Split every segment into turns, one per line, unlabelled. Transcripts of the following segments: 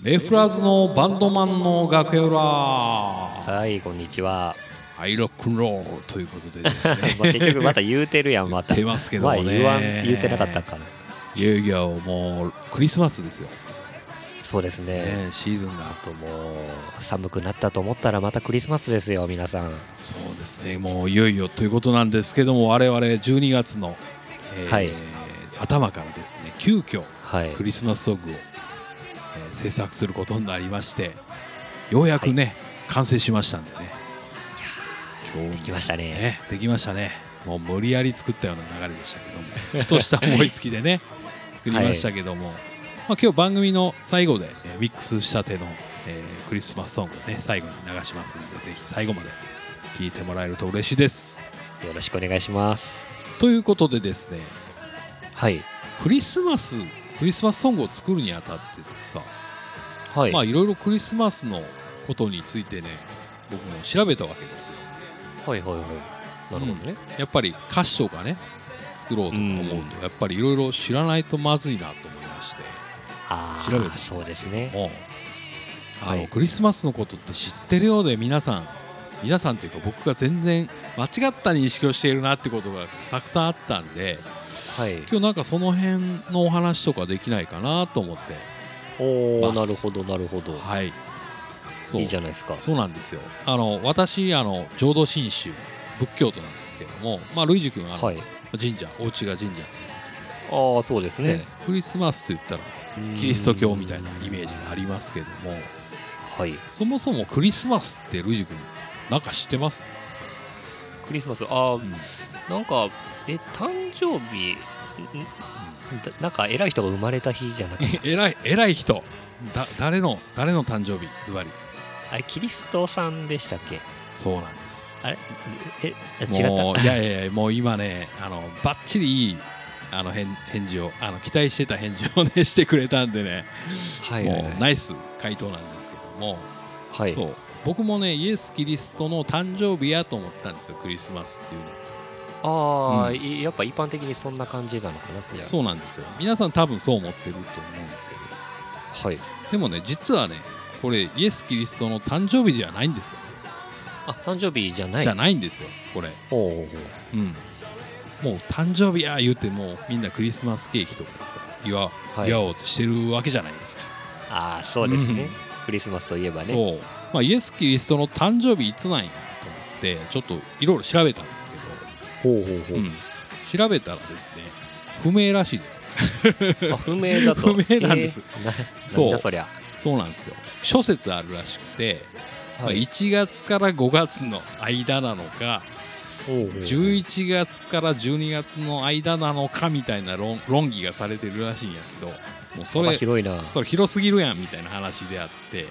レフラーズのバンドマンの楽屋裏は
はいこんにちは
いロックンロールということでです ね
まあ結局また言うてるやんまた
言ってますけどもね
まあ言わん言うてなかったんかない
よいよもうクリスマスですよ、
そうですね
ね、シーズンが
あともう寒くなったと思ったらまたクリスマスですよ皆さん
そうですねもういよいよということなんですけども我々12月の、えー
はい
頭からですね急遽
はい
クリスマスソングを、えー制作することになりましてようやくね、完成しましたんでね今日
来ましたね
ね、できましたねもう無理やり作ったような流れでした けどもふとした思いつきでね作りましたけども、まあ、今日番組の最後で、えーミックスしたての、えークリスマスソングをね最後に流しますんでぜひ最後まで聴いてもらえると嬉しいです
よろしくお願いします
ということでですね
はい
クリスマスクリスマスソングを作るにあたってさ、
はい、
まあいろいろクリスマスのことについてね僕も調べたわけですよ
はいはいはいなるほどね、
やっぱり歌詞とかね作ろうとか思うと、
うん
やっぱりいろいろ知らないとまずいなと思いまして
ああ
調べてみ
そう
ま
ですす
けど
ね
も、あの
はい
クリスマスのことって知ってるようで皆さん皆さんというか僕が全然間違った認識をしているなってことがたくさんあったんで
はい
今日なんかその辺のお話とかできないかなと思って
おお
ま
なる
す
ほどなるほど
はいそう
いいじゃないですか
そうなんですよあの私あの浄土真宗仏教徒なんですけども、まあ、ルイジ君はあの
はい
神社、お家が神社
ああそうですね
ね、クリスマスと言ったらキリスト教みたいなイメージがありますけども
はい
そもそもクリスマスってルイジ君なんか知ってます
クリスマスあ、あなんかえ誕生日んんだなんか偉い人が生まれた日じゃなくて
えらい偉い人だ誰の誰の誕生日ズバリ
あれキリストさんでしたっけ
そうなんです
あれえあ違った
もういやいやいやもう今ねあのバッチリいいあの返返事をあの期待してた返事をねしてくれたんでね
はいはい
もうナイス回答なんですけども、
はい
そう僕もねイエス・キリストの誕生日やと思ったんですよクリスマスっていうのは
ああ、
うん
いやっぱ一般的にそんな感じなのかなって
そうなんですよ皆さん多分そう思ってると思うんですけど
はい
でもね実はねこれイエス・キリストの誕生日じゃないんですよ、
あ誕生日じゃない
じゃないんですよこれ
おうおうおう
うんもう誕生日や言うてもうみんなクリスマスケーキとかでさ祝,、
はい
祝おうとしてるわけじゃないですか
ああそうですね、
うん
クリスマスといえばね
そう、まあ、イエス・キリストの誕生日いつなんやと思ってちょっといろいろ調べたんですけ
ほうほうほ
ど、うん調べたらですね不明らしいです
あ不明だ と
不明なんです、
えーな
そう
なんじゃそりゃ
そうなんですよ諸説あるらしくてまあ
はい
1月から5月の間なのか
おうおうおう
11月から12月の間なのかみたいな論論議がされてるらしいんやけどもうそ
幅
れ
広いな、
それ広すぎるやんみたいな話であって、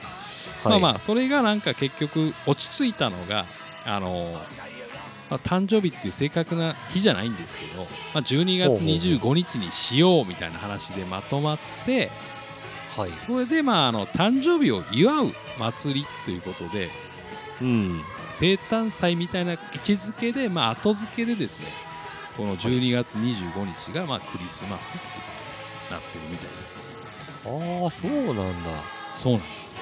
まあまあそれがなんか結局落ち着いたのがあの、まあ、誕生日っていう正確な日じゃないんですけど、まあ、12月25日にしようみたいな話でまとまって。
あはい、
それでまああの誕生日を祝う祭りということで
うん
生誕祭みたいな位置づけで、まあ、後付けでですねこの12月25日がまあクリスマスっていうことになってるみたいです
ああそうなんだ
そうなんですよ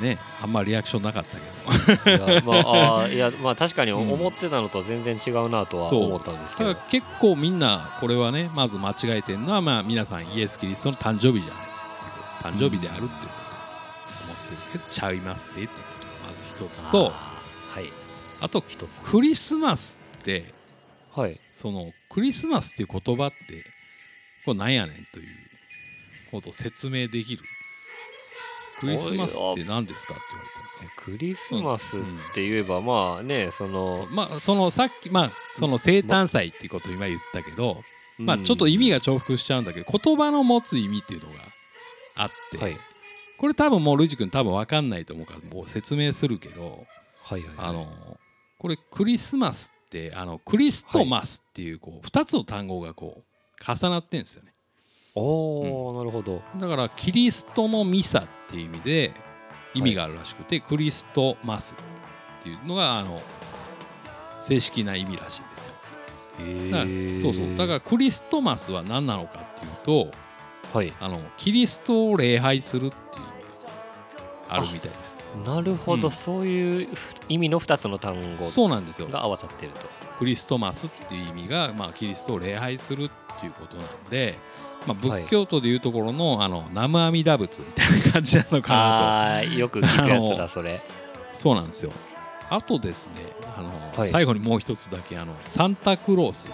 ねあんまリアクションなかったけど
いやまああーいやまあ確かに思ってたのと全然違うなとは
そう
思ったんですけ
た
ど、
だ結構みんなこれはねまず間違えてるのはまあ皆さんイエス・キリストの誕生日じゃない誕生日であるっていうこと思ってるけどちゃいますっていうことがまず一つと
あーはい
あと
一つ
クリスマスって
はい
そのクリスマスっていう言葉ってこれなんやねんということを説明できるクリスマスって何ですかって言われたんですね
クリスマスって言えば、まあねその、
まあそのさっきまあその生誕祭っていうことを今言ったけど、まあちょっと意味が重複しちゃうんだけど言葉の持つ意味っていうのがあって、
はい
これ多分もうルイジ君多分分かんないと思うからもう説明するけど
はいはい
あのこれクリスマスってあのクリストマスっていうこう2つの単語がこう重なってんですよね。
おお、なるほど
だからキリストのミサっていう意味で意味があるらしくて、クリストマスっていうのがあの正式な意味らしいんですよ。だからそうそうだからクリストマスは何なのかっていうと、
はい
あのキリストを礼拝するっていうあるみたいです
なるほど、
うん
そういう意味の2つの単語
そうなんですよ
が合わさってると
クリストマスっていう意味が、まあ、キリストを礼拝するっていうことなんで、まあ、仏教徒でいうところの,、あの南無阿弥陀仏みたいな感じなのかな
ああーよく聞くや
あ
つだ
の
それ
とそうなんですよあとですねあの、
はい
最後にもう一つだけあのサンタクロース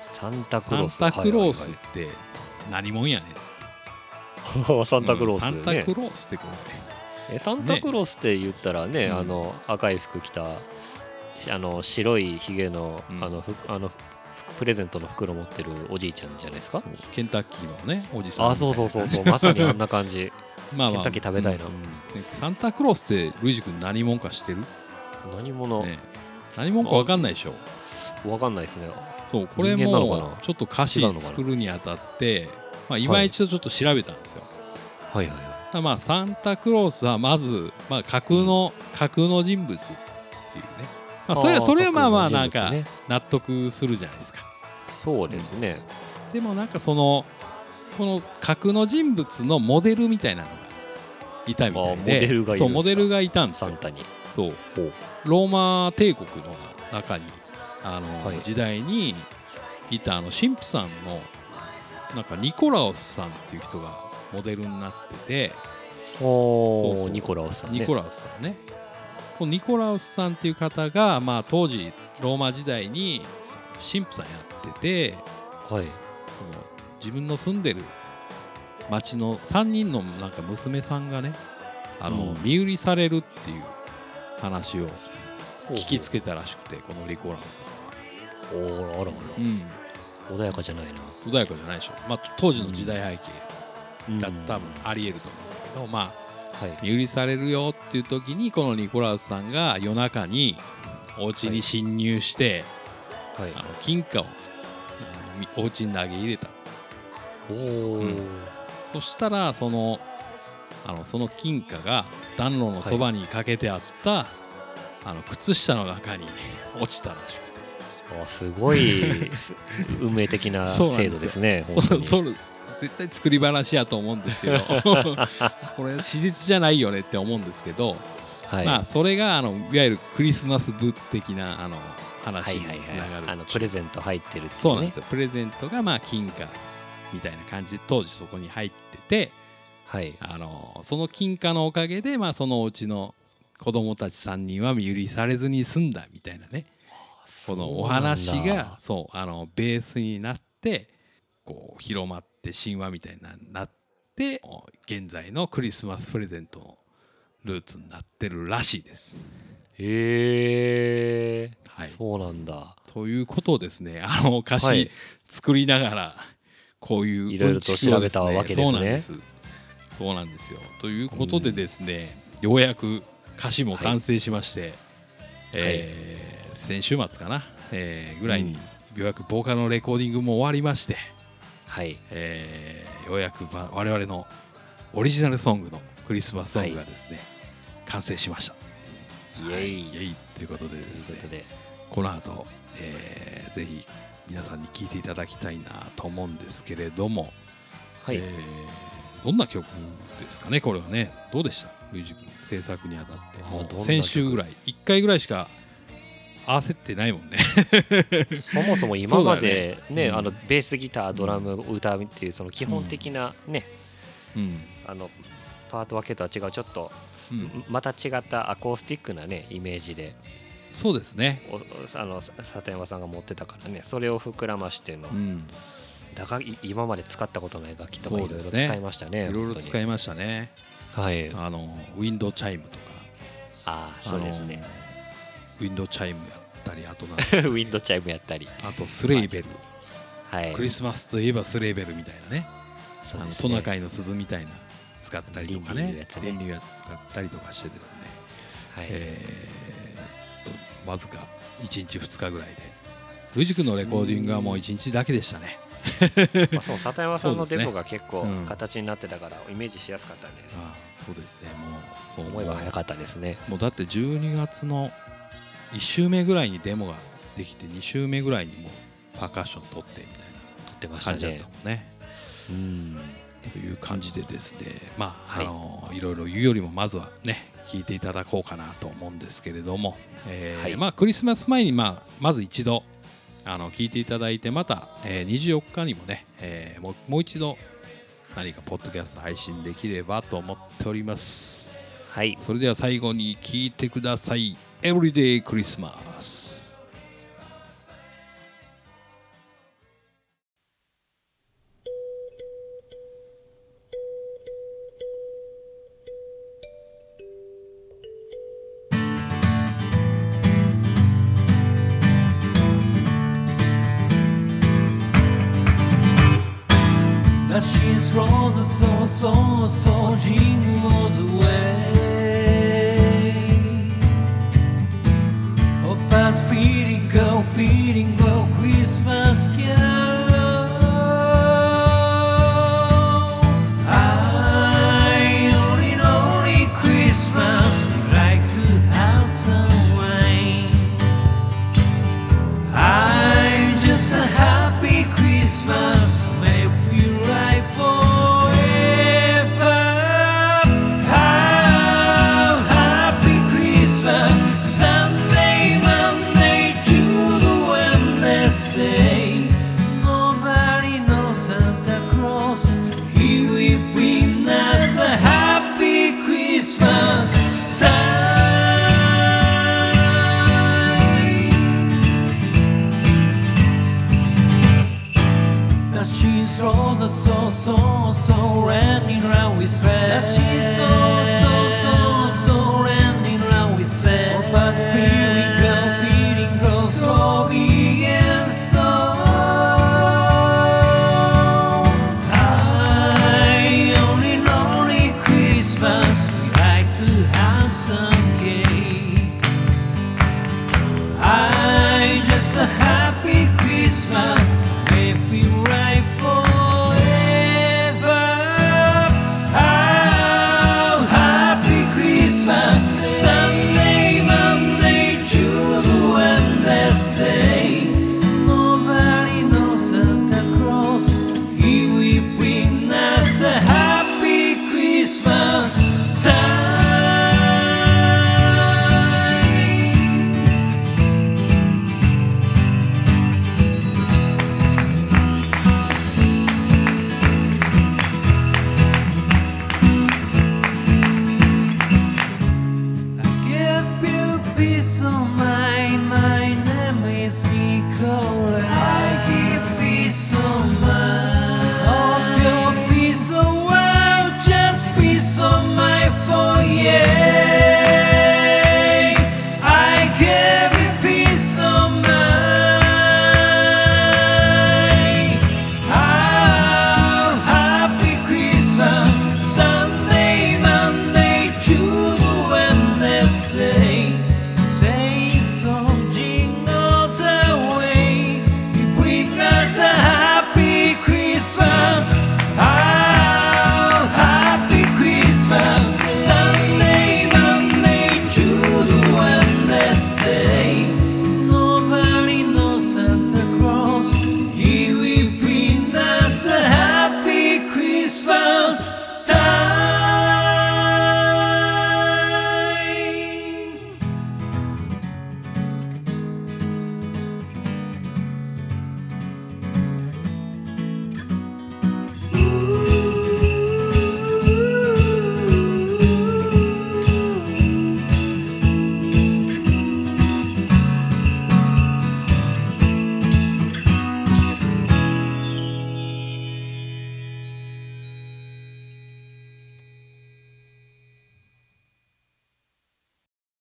サンタク
サ
ロ
ン
ース
タクロースって何もんやねん
はいはいはい サンタクロース、ね
うんサンタクロースってこ
えサンタクロースって言ったらね
ね
あの赤い服着たあの白いひげの,、
うん
あのふあのふプレゼントの袋持ってるおじいちゃんじゃないです
れ
か
そうケンタッキーのねおじさん
あそうそうそうそうまさにあんな感じ
まあ
ケンタッキー食べたいな
うんねサンタクロースってルイジ君何もんかしてる、
何者、
ね、何もんか分かんないでしょ
わかんないですね
そうこれ
人間なのか
も
な
ちょっと歌詞作るにあたってまあ今一度ちょっと調べたんですよ、
はいはいは
ただまあサンタクロースはまずまあ架空の、架空の人物っていうねまあ
い
それはそれはまあまあ
架空
な
の
んか
人物ね
納得するじゃないですか
そうですね、
でもなんかそのこの架空の人物のモデルみたいなのがいたみたいで
あモデルがいるんですか
そうモデルがいたんです
サ
よ
ンタに
そう
ほう
ローマ帝国の中にあの、
はい
時代にいたあの神父さんのなんかニコラオスさんっていう人がモデルになってて、そ
お
うそう
ニコラオスさんね
ニコラオスさんねこのニコラオスさんっていう方が、まあ、当時ローマ時代に神父さんやってて
はい
その自分の住んでる町の3人のなんか娘さんがねあの、
うん
身売りされるっていう話を聞きつけたらしくてこのニコラオスさんは。
おーあらあら
うん、
穏やかじゃないな
穏やかじゃないでしょ、まあ、当時の時代背景だっ
うん
たら多分ありえると思うんだけど、まあ
はい
身売りされるよっていう時にこのニコラウスさんが夜中にお家に侵入して、
はい
あの金貨をあのみお家に投げ入れた
おお、
うんそしたらそのあのその金貨が暖炉のそばにかけてあった、あの靴下の中に落ちたらしくて
あす ごい運命的な制
そう
度
なん
で
ですす
ね。
そ
本当に
それ絶対作り話やと思うんですけど これ史実じゃないよねって思うんですけど、
はい
まあそれがあのいわゆるクリスマスブーツ的なあの
は
話
い
に
はい
つなが
は
る、
い。あのプレゼント入ってるっていうね。
そうなんですよプレゼントがまあ金貨みたいな感じで当時そこに入ってて
はい。
あのその金貨のおかげで、まあ、そのうちの子供たち3人は身売りされずに済んだみたいなねこのお話
そうなんだ
がそうあのベースになってこう広まって神話みたいななって現在のクリスマスプレゼントのルーツになってるらしいです。
へえ。
はい、
そうなんだ。
ということをですねあの歌
は
詞
い
作りながらこういう
いろいろと調べた
うんちくを
わけです
そ
ね
うなんですそうなんですよということでですね、ようやく歌詞も完成しまして、えー先週末かな、えーぐらいにようやくボーカルのレコーディングも終わりまして、
はい。
えーようやくば我々のオリジナルソングのクリスマスソングがですね、完成しました。
イエイ。
イエイということでです
という
ね
ことで、
この後、えーぜひ皆さんに聴いていただきたいなと思うんですけれども、
はい。
えーどんな曲ですかねこれはねどうでしたルイジ君制作にあたっても
あーどんな
う
曲
先週ぐらい1回ぐらいしか焦ってないもんね
そもそ も今まで
そうだよ
ね
ねうん
あのベースギタードラム歌うっていうその基本的なね、
うん、
あのパート分けとは違うちょっと
うん、
また違ったアコースティックなねイメージで
そうですね
おあのさ里山さんが持ってたからねそれを膨らましての
うん
だがい今まで使ったことない楽器とか
そ
いろ
う
いろ
です
使
ね
いましたね。
いろいろ使
い
いましたね
はい。あ
あのウィンドチャイムとか
あーそうですね。
あのウィンドチャイムやったりあとなん
ウィンドチャイムやったり。
あとスレイベル
はい。
クリスマスといえばスレイベルみたいなね
そ
あ
う
の
です
ト
ね
ナカイの鈴みたいな使ったりとか
倫理の
ね
やつね
電流やつ使ったりとかしてですね、
はい。
えーっとわずか1日2日ぐらいでルジ君のレコーディングはもう1日だけでしたね
まあそう里山さんのデコが結構
そうですねうん
形になってたからイメージしやすかったんでね。
ああそうですねもうそう
思えば早かったですね。
もうだって12月の1週目ぐらいにデモができて2週目ぐらいにもうパーカッション取ってみたい
撮ってま
な
した
感じだっ
ね
たも。んね
うん
という感じでですねまあ、
はい
あのいろいろ言うよりもまずはね聞いていただこうかなと思うんですけれども、えー
はい
まあ、クリスマス前に、まあ、まず一度あの聞いていただいてまた、えー24日にもね、えーもうもう一度何かポッドキャスト配信できればと思っております
はい
それでは最後に聞いてください「エブリデイクリスマス」
That she's roses so, so, so jingles away. Oh, but feeding go, feeding go, Christmas carol. I only, only Christmas like to have some wine. I'm just a happy Christmas. May we live forever. Have happy Christmas. Sunday, Monday, Tuesday, Wednesday. Nobody knows Santa Claus. He will bring us a happy Christmas. Time. That she's all the so so so running round with friends. That she's so so so so running round with friends. Oh, but feeling go, feeling go slowly and so. I only lonely Christmas like to have some cake. I just a happy Christmas. May we right forever. Oh, happy Christmas. Sunday, Monday, Tuesday, Wednesday. Nobody knows Santa Claus. He will bring us a happy Christmas time. I give you peace of mind. My name is Nicolai. I give peace of mind. Hope your peace of world, just peace of mind for yeah. I give you peace of mind. Oh, happy Christmas, Sunday, Monday, Tuesday, Wednesday. Say some jingles away. Bring us a happy Christmas. Oh, happy Christmas, Sunday, Monday, Tuesday, Wednesday. Nobody knows Santa Claus. He will bring us a happy Christmas